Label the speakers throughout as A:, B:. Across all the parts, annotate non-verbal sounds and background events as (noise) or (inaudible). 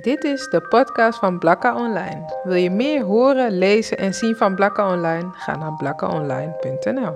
A: Dit is de podcast van Blakka Online. Wil je meer horen, lezen en zien van Blakka Online? Ga naar blakkaonline.nl.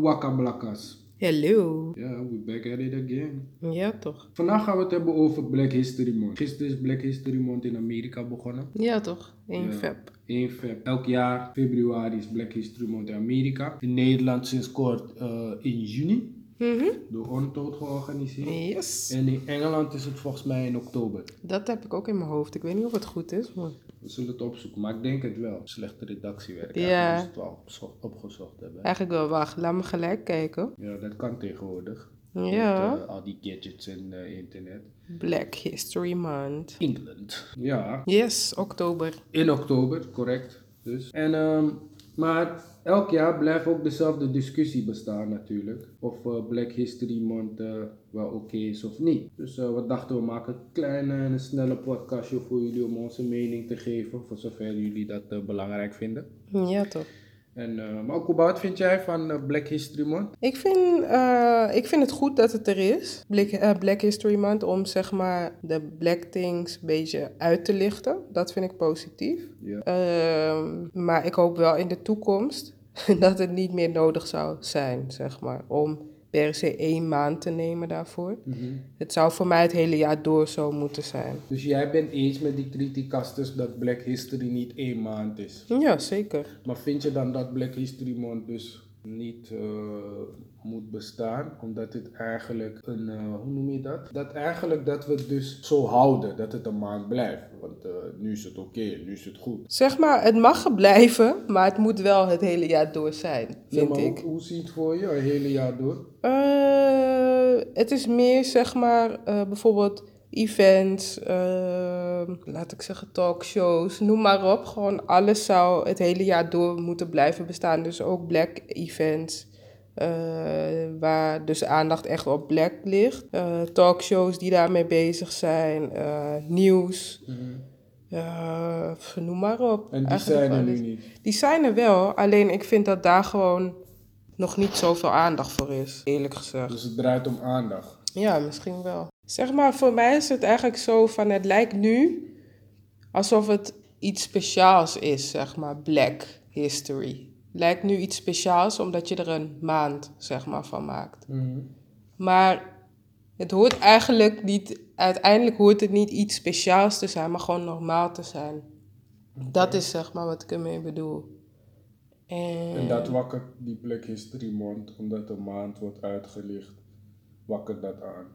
B: Waka Blakkas.
A: Hallo.
B: Ja, we back at it again.
A: Ja, toch?
B: Vandaag gaan we het hebben over Black History Month. Gisteren is Black History Month in Amerika begonnen.
A: Ja, toch? In
B: Ja.
A: feb.
B: 1 feb. Elk jaar, februari, is Black History Month in Amerika. In Nederland sinds kort eh, in juni
A: Mhm.
B: door Ontoot georganiseerd.
A: Yes.
B: En in Engeland is het volgens mij in oktober.
A: Dat heb ik ook in mijn hoofd. Ik weet niet of het goed is, maar...
B: We zullen het opzoeken, maar ik denk het wel. Slechte redactiewerk.
A: Ja.
B: Eigenlijk moest het wel opzo- opgezocht hebben.
A: Eigenlijk wel, wacht. Laat me gelijk kijken.
B: Ja, dat kan tegenwoordig.
A: Ja.
B: Met, eh, al die gadgets en eh, internet.
A: Black History Month.
B: England. Ja,
A: Yes, oktober.
B: In oktober, correct. Dus. En, ehm, maar elk jaar blijft ook dezelfde discussie bestaan natuurlijk. Of eh, Black History Month eh, wel oké is of niet. Dus eh, we dachten we maken een kleine en een snelle podcastje voor jullie om onze mening te geven. Voor zover jullie dat eh, belangrijk vinden.
A: Ja, toch?
B: En, eh maar Kuba, wat vind jij van eh, Black History Month?
A: Ik vind, eh, ik vind het goed dat het er is, Black, eh, Black History Month, om zeg maar de black things een beetje uit te lichten. Dat vind ik positief.
B: Ja.
A: Ehm, maar ik hoop wel in de toekomst (laughs) dat het niet meer nodig zou zijn, zeg maar, om per se één maand te nemen daarvoor.
B: Mhm.
A: Het zou voor mij het hele jaar door zo moeten zijn.
B: Dus jij bent eens met die criticasters dat Black History niet één maand is.
A: Ja, zeker.
B: Maar vind je dan dat Black History Month dus niet eh, moet bestaan? Omdat het eigenlijk een, eh, hoe noem je dat? Dat eigenlijk dat we het dus zo houden, dat het een maand blijft. Want eh, nu is het oké, nu is het goed.
A: Zeg maar, het mag blijven, maar het moet wel het hele jaar door zijn,
B: Ja,
A: vind
B: maar
A: ik.
B: Hoe, hoe zie je het voor je een hele jaar door?
A: Eh, het is meer zeg maar eh, bijvoorbeeld events, eh, laat ik zeggen talkshows, noem maar op. Gewoon alles zou het hele jaar door moeten blijven bestaan. Dus ook black events, eh, waar dus aandacht echt op black ligt. Eh, talkshows die daarmee bezig zijn, eh, nieuws, eh, pff, noem maar op.
B: Mhm. En die
A: Eigenlijk
B: zijn er
A: alles.
B: nu niet.
A: Die zijn er wel, alleen ik vind dat daar gewoon nog niet zoveel aandacht voor is, eerlijk gezegd.
B: Dus het draait om aandacht.
A: Ja, misschien wel. Zeg maar, voor mij is het eigenlijk zo van, het lijkt nu alsof het iets speciaals is, zeg maar, Black History. Lijkt nu iets speciaals omdat je er een maand, zeg maar, van maakt. Maar het hoort eigenlijk niet, uiteindelijk hoort het niet iets speciaals te zijn, maar gewoon normaal te zijn. Dat is zeg maar wat ik ermee bedoel. En,
B: En dat wakkert die Black History Month, omdat een maand wordt uitgelicht, wakkert dat aan.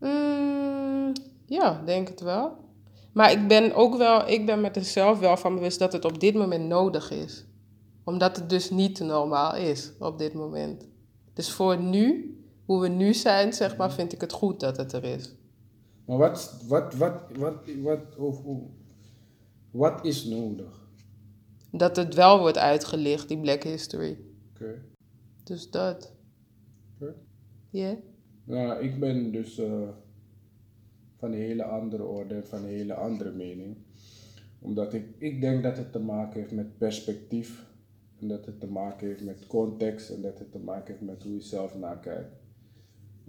A: Mm, ja, denk het wel. Maar ik ben ook wel, ik ben met mezelf wel van bewust dat het op dit moment nodig is. Omdat het dus niet normaal is op dit moment. Dus voor nu, hoe we nu zijn, zeg maar, vind ik het goed dat het er is.
B: Maar wat, wat, wat, wat, wat, of, hoe- wat is nodig?
A: Dat het wel wordt uitgelicht, die Black History.
B: Oké.
A: Dus dat.
B: oké.
A: Ja.
B: Nou, ik ben dus eh, van een hele andere orde, en van een hele andere mening. Omdat ik, ik denk dat het te maken heeft met perspectief. En dat het te maken heeft met context. En dat het te maken heeft met hoe je zelf nakijkt.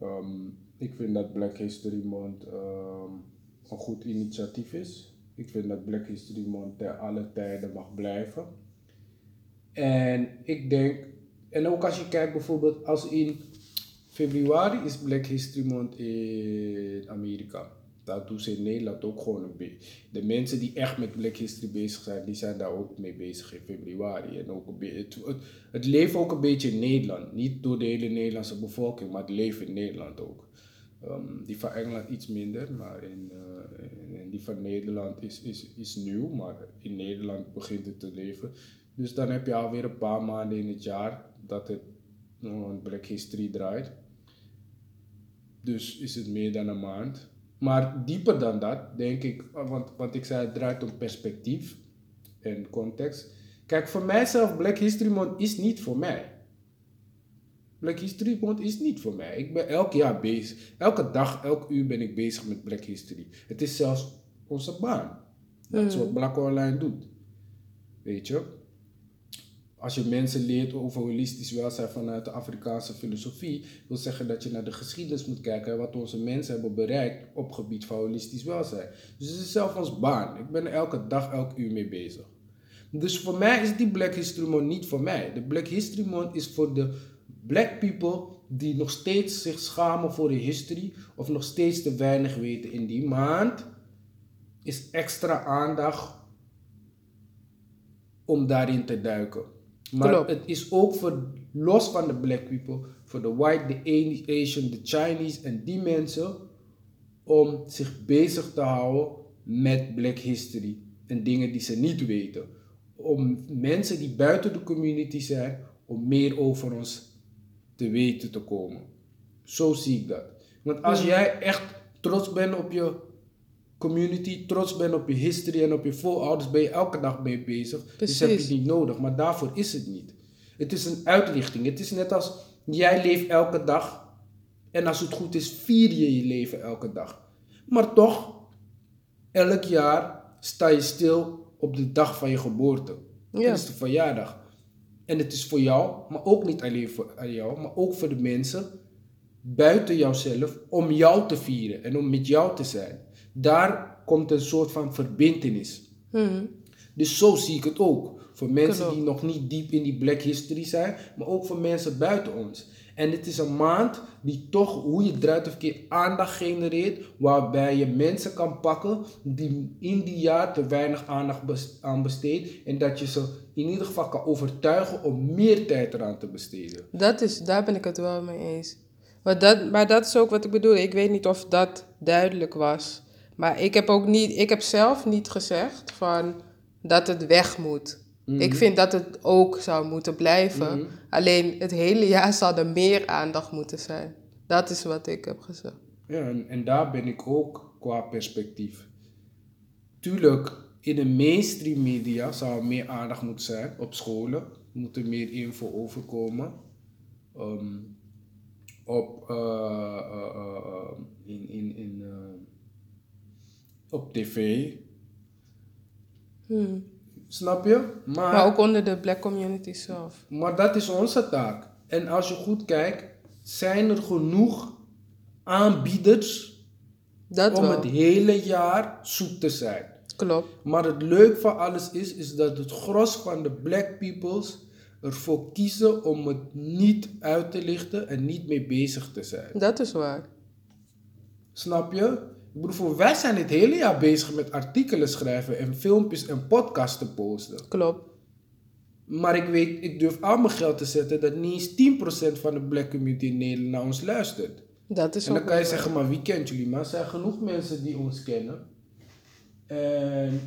B: Ehm, ik vind dat Black History Month ehm, een goed initiatief is. Ik vind dat Black History Month ter alle tijden mag blijven. En ik denk, en ook als je kijkt bijvoorbeeld als in februari is Black History Month in Amerika. Dat doen ze in Nederland ook gewoon een beetje. De mensen die echt met Black History bezig zijn, die zijn daar ook mee bezig in februari. En ook een be- het, het, het leeft ook een beetje in Nederland. Niet door de hele Nederlandse bevolking, maar het leeft in Nederland ook. Ehm, die van Engeland iets minder, maar in, eh, en die van Nederland is, is, is nieuw, maar in Nederland begint het te leven. Dus dan heb je alweer een paar maanden in het jaar dat het een Black History draait. Dus is het meer dan een maand. Maar dieper dan dat, denk ik, eh, want, want ik zei het draait om perspectief en context. Kijk, voor mijzelf, Black History Month is niet voor mij. Black History Month is niet voor mij. Ik ben elk jaar bezig. Elke dag, elk uur ben ik bezig met Black History. Het is zelfs onze baan. Dat is wat Black Online doet. Weet je? Als je mensen leert over holistisch welzijn vanuit de Afrikaanse filosofie, wil zeggen dat je naar de geschiedenis moet kijken en wat onze mensen hebben bereikt op gebied van holistisch welzijn. Dus het is zelf ons baan. Ik ben er elke dag, elk uur mee bezig. Dus voor mij is die Black History Month niet voor mij. De Black History Month is voor de black people die nog steeds zich schamen voor de history of nog steeds te weinig weten in die maand. Is extra aandacht om daarin te duiken. Maar
A: Klopt.
B: het is ook voor, los van de black people, voor de white, de Ani- Asian, de Chinese en die mensen om zich bezig te houden met Black History en dingen die ze niet weten. Om mensen die buiten de community zijn, om meer over ons te weten te komen. Zo zie ik dat. Want als jij echt trots bent op je community, trots bent op je history en op je voorouders, ben je elke dag mee bezig. Dus heb je
A: Precies.
B: het niet nodig, maar daarvoor is het niet. Het is een uitrichting. Het is net als jij leeft elke dag en als het goed is, vier je je leven elke dag. Maar toch, elk jaar sta je stil op de dag van je geboorte.
A: Ja.
B: Dat is de verjaardag. En het is voor jou, maar ook niet alleen voor aan jou, maar ook voor de mensen buiten jouzelf om jou te vieren en om met jou te zijn. Daar komt een soort van verbintenis.
A: Mhm.
B: Dus zo zie ik het ook. Voor mensen
A: Klopt.
B: die nog niet diep in die black history zijn, maar ook voor mensen buiten ons. En het is een maand die toch, hoe je het draait of keer, aandacht genereert. Waarbij je mensen kan pakken die in die jaar te weinig aandacht bes- aan besteedt. En dat je ze in ieder geval kan overtuigen om meer tijd eraan te besteden.
A: Dat is, daar ben ik het wel mee eens. Maar dat, maar dat is ook wat ik bedoel. Ik weet niet of dat duidelijk was. Maar ik heb ook niet, ik heb zelf niet gezegd van dat het weg moet.
B: Mhm.
A: Ik vind dat het ook zou moeten blijven. Alleen het hele jaar zou er meer aandacht moeten zijn. Dat is wat ik heb gezegd.
B: Ja, en, en daar ben ik ook qua perspectief. Tuurlijk, in de mainstream media zou er meer aandacht moeten zijn op scholen. Moet er meer info overkomen. Ehm, op, eh, eh, eh, eh, in, in, in, eh, op tv.
A: Hmm.
B: Snap je? Maar,
A: Maar ook onder de black community zelf.
B: maar dat is onze taak. En als je goed kijkt, zijn er genoeg aanbieders
A: Dat
B: om
A: wel.
B: het hele jaar zoek te zijn.
A: Klopt.
B: Maar het leuk van alles is, is dat het gros van de black peoples ervoor kiezen om het niet uit te lichten en niet mee bezig te zijn.
A: Dat is waar.
B: Snap je? Ik bedoel, voor wij zijn het hele jaar bezig met artikelen schrijven en filmpjes en podcasts te posten.
A: Klopt.
B: Maar ik weet, ik durf al mijn geld te zetten dat niet eens 10% van de black community in Nederland naar ons luistert.
A: Dat is
B: En dan
A: ook
B: kan je
A: waar.
B: zeggen, maar wie kent jullie? Maar er zijn genoeg mensen die ons kennen. En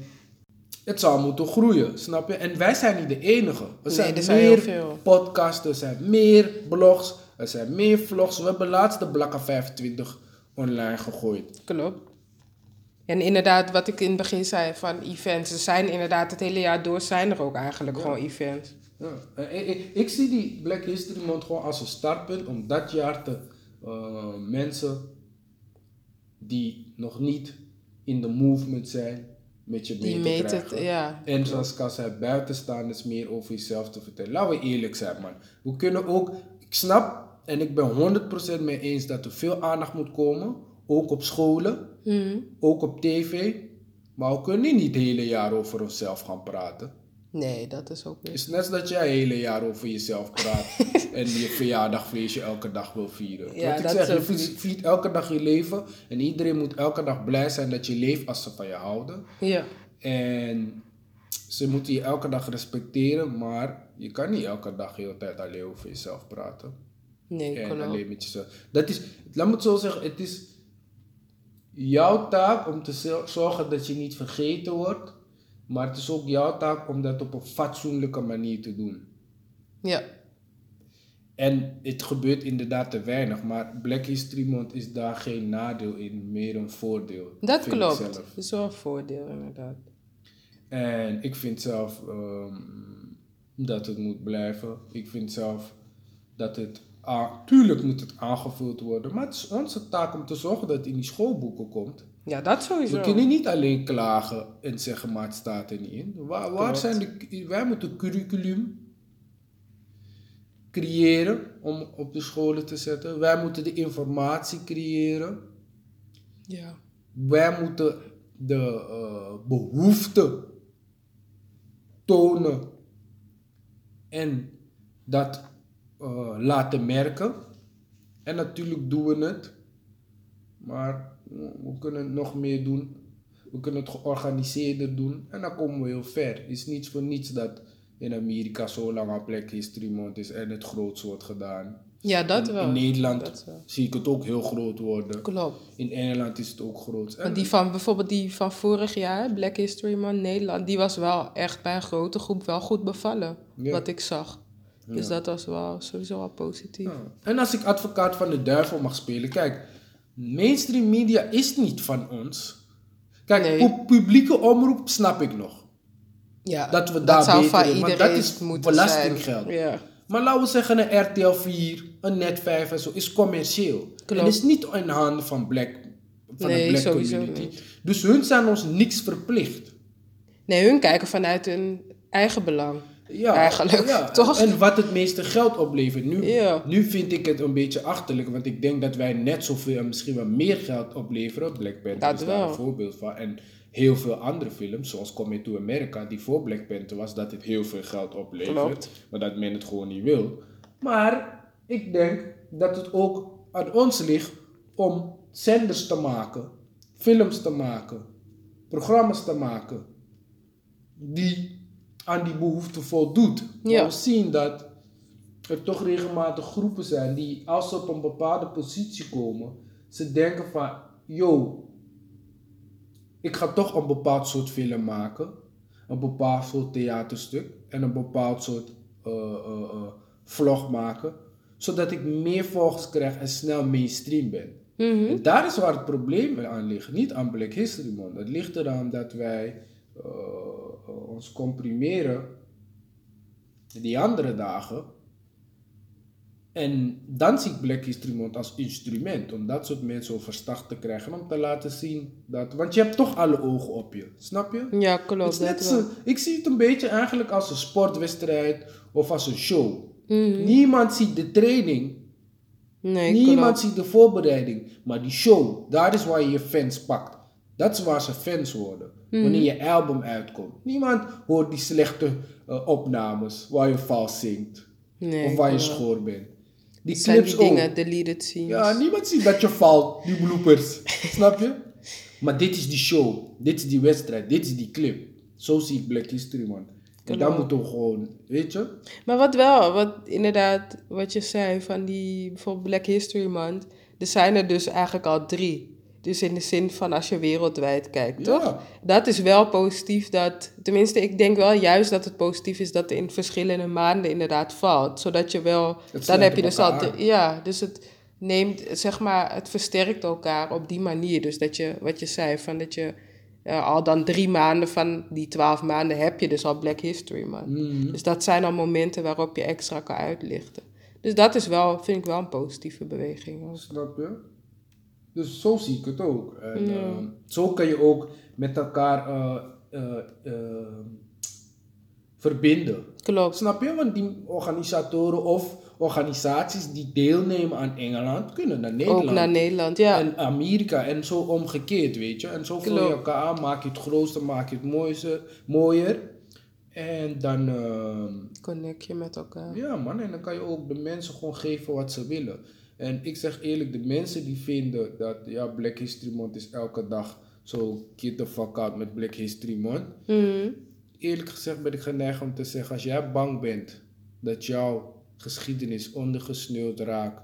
B: het zou moeten groeien, snap je? En wij zijn niet de enige. Er
A: Nee,
B: zijn
A: er zijn
B: meer
A: heel veel.
B: podcasts, er zijn meer blogs, er zijn meer vlogs. We hebben laatst de Blakka 25 online gegooid.
A: Klopt. En inderdaad, wat ik in het begin zei van events. Er zijn inderdaad het hele jaar door zijn er ook eigenlijk gewoon events.
B: Ja. En Ik, ik- ik zie die Black History Month gewoon als een startpunt om dat jaar te eh, mensen die nog niet in de movement zijn met je mee
A: Die
B: te
A: meet het,
B: krijgen.
A: ja.
B: En zoals ik al zei, buitenstaanders meer over jezelf te vertellen. Laten we eerlijk zijn, man. We kunnen ook, ik snap en ik ben 100% mee eens dat er veel aandacht moet komen. Ook op scholen,
A: Mhm.
B: ook op tv. Maar we kunnen niet het hele jaar over onszelf gaan praten.
A: Nee, dat is ook
B: Het
A: weer.
B: is net als dat jij het hele jaar over jezelf
A: (laughs)
B: praat en je verjaardagfeestje elke dag wil vieren.
A: Ja,
B: Wat ik
A: dat
B: zeg,
A: is
B: je
A: ook
B: viert,
A: niet.
B: viert elke dag je leven en iedereen moet elke dag blij zijn dat je leeft als ze van je houden.
A: Ja.
B: En ze moeten je elke dag respecteren, maar je kan niet elke dag de hele tijd alleen over jezelf praten.
A: Nee,
B: En
A: klopt.
B: alleen met jezelf. Dat is, laat me het zo zeggen, het is jouw taak om te zo- zorgen dat je niet vergeten wordt. Maar het is ook jouw taak om dat op een fatsoenlijke manier te doen.
A: Ja.
B: En het gebeurt inderdaad te weinig, maar Black History Month is daar geen nadeel in, meer een voordeel.
A: Dat
B: vind ik
A: klopt.
B: zelf.
A: Dat is wel een voordeel, inderdaad.
B: En ik vind zelf ehm, dat het moet blijven. Ik vind zelf dat het. a- tuurlijk moet het aangevuld worden, maar het is onze taak om te zorgen dat het in die schoolboeken komt.
A: Ja, dat
B: We
A: sowieso.
B: kunnen niet alleen klagen en zeggen, maar het staat er niet in. Waar, waar
A: Klopt.
B: zijn de, cu- wij moeten curriculum creëren om op de scholen te zetten. Wij moeten de informatie creëren.
A: Ja.
B: Wij moeten de eh, behoefte tonen en dat eh, laten merken. En natuurlijk doen we het, maar we we kunnen het nog meer doen. We kunnen het georganiseerder doen en dan komen we heel ver. Het is niets voor niets dat in Amerika zo lang een plek History Month is en het groot wordt gedaan.
A: Ja, dat
B: In-
A: wel.
B: In Nederland
A: Dat wel.
B: zie ik het ook heel groot worden.
A: Klopt.
B: In Engeland is het ook groot. En
A: Want die van bijvoorbeeld die van vorig jaar, Black History Month Nederland, die was wel echt bij een grote groep wel goed bevallen.
B: Ja.
A: Wat ik zag. Dus
B: Ja.
A: dat was wel sowieso al positief.
B: Ja. En als ik advocaat van de duivel mag spelen, kijk, mainstream media is niet van ons. Kijk,
A: Nee.
B: pu- publieke omroep snap ik nog.
A: Ja,
B: Dat we daar
A: zou
B: beter
A: van
B: in- want
A: iedereen
B: dat is
A: moeten
B: belastinggeld.
A: zijn. Ja.
B: Maar laten we zeggen, een RTL 4, een Net 5 en zo is commercieel.
A: Klopt.
B: En is niet in handen van, black, van
A: Nee,
B: de black
A: sowieso
B: community.
A: niet.
B: Dus hun zijn ons niks verplicht.
A: Nee, hun kijken vanuit hun eigen belang.
B: Ja,
A: Eigenlijk, toch?
B: En wat het meeste geld oplevert. Nu,
A: Ja.
B: nu vind ik het een beetje achterlijk, want ik denk dat wij net zoveel en misschien wel meer geld opleveren. Black Panther
A: Dat
B: is daar
A: wel.
B: een voorbeeld van. En heel veel andere films, zoals Coming to America, die voor Black Panther was, dat het heel veel geld oplevert.
A: Klopt.
B: Maar dat men het gewoon niet wil. Maar ik denk dat het ook aan ons ligt om zenders te maken, films te maken, programma's te maken die aan die behoefte voldoet. Maar
A: Ja.
B: we zien dat er toch regelmatig groepen zijn die als ze op een bepaalde positie komen, ze denken van, yo, ik ga toch een bepaald soort film maken, een bepaald soort theaterstuk en een bepaald soort eh, eh, eh, vlog maken, zodat ik meer volgers krijg en snel mainstream ben.
A: Mhm.
B: En daar is waar het probleem aan ligt. Niet aan Black History Month. Het ligt eraan dat wij eh, eh, ons comprimeren die andere dagen. En dan zie ik Black History Month als instrument. Om dat soort mensen overstag te krijgen. Om te laten zien dat... Want je hebt toch alle ogen op je. Snap je?
A: Ja,
B: Het
A: Hm, klopt.
B: is net
A: Dat
B: zo,
A: wel.
B: ik zie het een beetje eigenlijk als een sportwedstrijd of als een show.
A: Mhm.
B: Niemand ziet de training,
A: Nee,
B: Niemand
A: klopt.
B: ziet de voorbereiding, maar die show, daar is waar je je fans pakt. Dat is waar ze fans worden.
A: Hmm.
B: Wanneer je album uitkomt. Niemand hoort die slechte eh, opnames waar je vals zingt
A: Nee,
B: of waar je
A: klopt.
B: schoor bent. Die
A: Het zijn
B: clips
A: die
B: ook.
A: dingen, deleted scenes.
B: Ja, niemand ziet dat je valt, die
A: (laughs)
B: bloopers. Snap je? Maar dit is die show, dit is die wedstrijd, dit is die clip. Zo zie ik Black History man. En dan moeten we gewoon, weet je?
A: Maar wat wel, wat inderdaad, wat je zei van die bijvoorbeeld Black History Month, er zijn er dus eigenlijk al drie. Dus in de zin van als je wereldwijd kijkt,
B: Ja.
A: toch? Dat is wel positief dat, tenminste, ik denk wel juist dat het positief is dat het in verschillende maanden inderdaad valt. Zodat je wel, dan
B: sluit
A: heb je
B: op
A: dus
B: elkaar
A: al,
B: aan.
A: ja, dus het neemt, zeg maar, het versterkt elkaar op die manier. Dus dat je, wat je zei, van dat je eh, al dan drie maanden van die twaalf maanden heb je dus al Black History Month.
B: Mhm.
A: Dus dat zijn al momenten waarop je extra kan uitlichten. Dus dat is wel, vind ik wel een positieve beweging.
B: Snap je? Dus zo zie ik het ook. En,
A: Ja.
B: ehm, zo kan je ook met elkaar eh, eh, ehm, verbinden.
A: Klopt.
B: Snap je? Want die organisatoren of organisaties die deelnemen aan Engeland kunnen naar Nederland.
A: Ook naar Nederland, ja.
B: En Amerika en zo omgekeerd, weet je. En zo vul je
A: Klopt.
B: elkaar aan, maak je het grootste, maak je het mooiste, mooier. En dan, ehm,
A: Connect je met elkaar.
B: ja, man, en dan kan je ook de mensen gewoon geven wat ze willen. En ik zeg eerlijk, de mensen die vinden dat ja, Black History Month is elke dag zo get the fuck out met Black History Month.
A: Mhm.
B: Eerlijk gezegd ben ik geneigd om te zeggen, als jij bang bent dat jouw geschiedenis ondergesneeuwd raakt,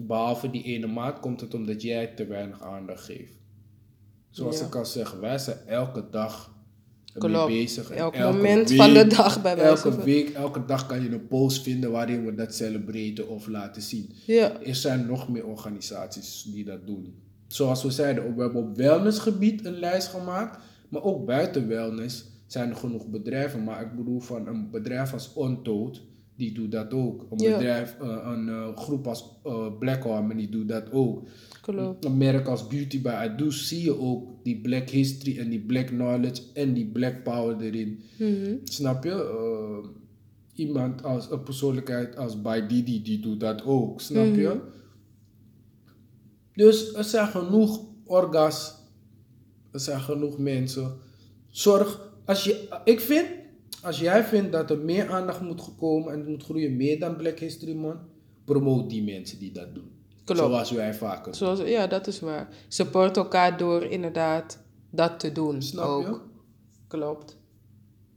B: behalve die ene maand, komt het omdat jij te weinig aandacht geeft. Zoals
A: Ja.
B: ik al zeg, wij zijn elke dag ermee
A: Klopt.
B: bezig. en
A: Elk moment van de dag bij wijze
B: Elke
A: van-
B: week, elke dag kan je een post vinden waarin we dat celebreren of laten zien.
A: Ja,
B: Er zijn nog meer organisaties die dat doen. Zoals we zeiden, we hebben op wellnessgebied een lijst gemaakt. Maar ook buiten wellness zijn er genoeg bedrijven. Maar ik bedoel van een bedrijf als Untold, die doet dat ook. Een
A: Ja.
B: bedrijf, eh, een eh, groep als eh, Black Harmony doet dat ook.
A: klopt.
B: Een merk als Beauty by Ado zie je ook die Black History en die Black Knowledge en die Black Power erin.
A: Mhm.
B: Snap je? Eh, iemand als een persoonlijkheid als Baididi, die doet dat ook, snap je? Dus er zijn genoeg orgas, er zijn genoeg mensen. Zorg, als je, ik vind, als jij vindt dat er meer aandacht moet komen en het moet groeien, meer dan Black History Month, promoot die mensen die dat doen.
A: Klopt.
B: Zoals wij vaker doen.
A: Zoals, ja, dat is waar. Support elkaar door inderdaad dat te doen.
B: Snap je?
A: ook. Klopt.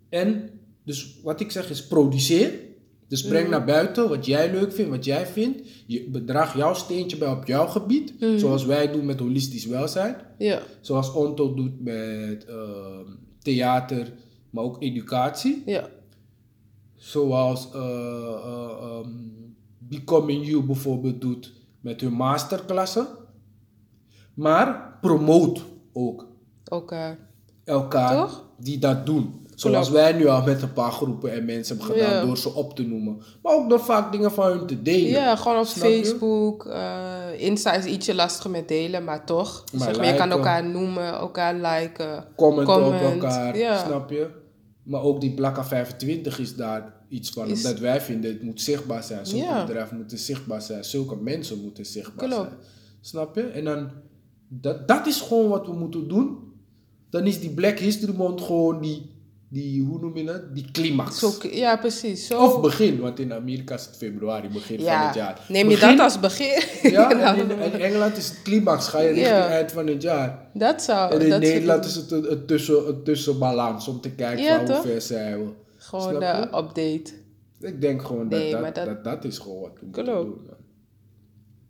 B: En, dus wat ik zeg is produceer. Dus breng naar buiten wat jij leuk vindt, wat jij vindt. Je bedraag jouw steentje bij op jouw gebied. Zoals wij doen met holistisch welzijn.
A: Ja.
B: Zoals Onto doet met ehm, theater, maar ook educatie.
A: Ja.
B: Zoals eh, eh, ehm, Becoming You bijvoorbeeld doet met hun masterklassen. Maar promote ook
A: Elkaar.
B: elkaar
A: Toch?
B: die dat doen. Zoals wij nu al met een paar groepen en mensen hebben gedaan
A: Ja.
B: door ze op te noemen. Maar ook door vaak dingen van hun te delen.
A: Ja, gewoon op
B: Snap je?
A: Facebook. eh, Insta is ietsje lastiger met delen, maar toch.
B: Maar
A: zeg maar, je kan
B: liken.
A: elkaar noemen, elkaar liken.
B: Comment, op
A: comment,
B: elkaar,
A: ja.
B: snap je? Maar ook die Blakka 25 is daar iets van.
A: Is-
B: Omdat wij vinden het moet zichtbaar zijn. Zulke
A: Ja.
B: bedrijven moeten zichtbaar zijn. Zulke mensen moeten zichtbaar
A: Klopt.
B: zijn. Snap je? En dan, dat, dat is gewoon wat we moeten doen. Dan is die Black History Month gewoon die, die hoe noem je dat? Die climax.
A: Zo, ja, precies. Zo.
B: Of begin, want in Amerika is het februari, begin van
A: ja.
B: het jaar.
A: Neem je
B: Begin-
A: dat als begin?
B: (laughs)
A: (laughs)
B: Ja, en
A: Nou,
B: in, in Engeland is het climax, ga je richting
A: Ja.
B: eind van het jaar.
A: dat zou.
B: En in
A: dat
B: Nederland
A: vind
B: is het een, een tussen, een tussenbalans om te kijken
A: Ja,
B: van
A: toch?
B: hoe ver zijn we.
A: ik gewoon
B: Snap
A: de
B: je?
A: update.
B: Ik denk gewoon dat
A: Nee,
B: dat,
A: maar
B: dat,
A: dat-
B: dat, is gewoon wat we moeten
A: Klopt.
B: doen. man.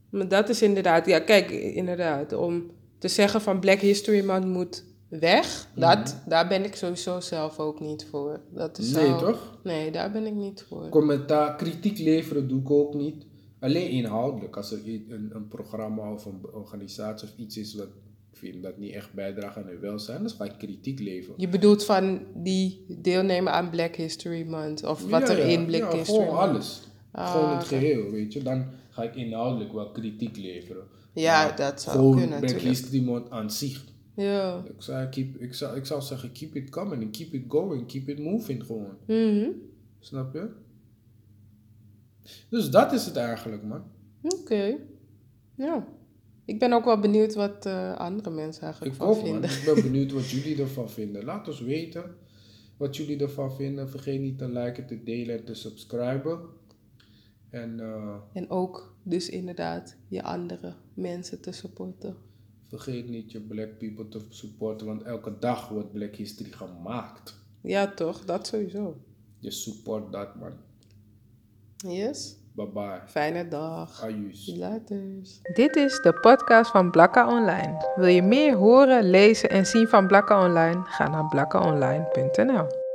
A: Maar dat is inderdaad, ja, kijk, inderdaad. Om te zeggen van Black History Month moet weg,
B: Mhm.
A: dat, daar ben ik sowieso zelf ook niet voor. Dat is
B: Nee,
A: al-
B: toch?
A: Nee, daar ben ik niet voor.
B: Commentaar, kritiek leveren doe ik ook niet. Alleen inhoudelijk, als er i- een, een programma of een organisatie of iets is wat ik vind dat niet echt bijdraagt aan hun welzijn, dan ga ik kritiek leveren.
A: Je bedoelt van die deelnemen aan Black History Month of wat
B: Ja,
A: er
B: ja,
A: in Black
B: ja,
A: History
B: Gewoon
A: Month.
B: alles.
A: Ah,
B: gewoon het
A: oké.
B: geheel, weet je. Dan ga ik inhoudelijk wel kritiek leveren.
A: Ja,
B: Maar
A: dat zou
B: gewoon
A: kunnen
B: Black
A: natuurlijk.
B: History Month aan zich.
A: Ja.
B: Ik zou, keep, ik, zou, ik zou zeggen, keep it coming, keep it going, keep it moving gewoon.
A: Mhm.
B: Snap je? Dus dat is het eigenlijk, man.
A: Oké. Ja. Ik ben ook wel benieuwd wat eh, andere mensen eigenlijk
B: Ik
A: van
B: ook, man.
A: vinden.
B: Ik ben benieuwd wat jullie ervan vinden. Laat ons weten wat jullie ervan vinden. Vergeet niet te liken, te delen en te subscriben. En eh,
A: En ook dus inderdaad je andere mensen te supporten.
B: Vergeet niet je black people te supporten, want elke dag wordt black history gemaakt.
A: Ja, toch? Dat sowieso.
B: Je support dat, man.
A: Yes.
B: Bye bye.
A: Fijne dag.
B: Ayus.
A: Laters. Dit is de podcast van Blakka Online. Wil je meer horen, lezen en zien van Blakka Online? Ga naar blakkaonline.nl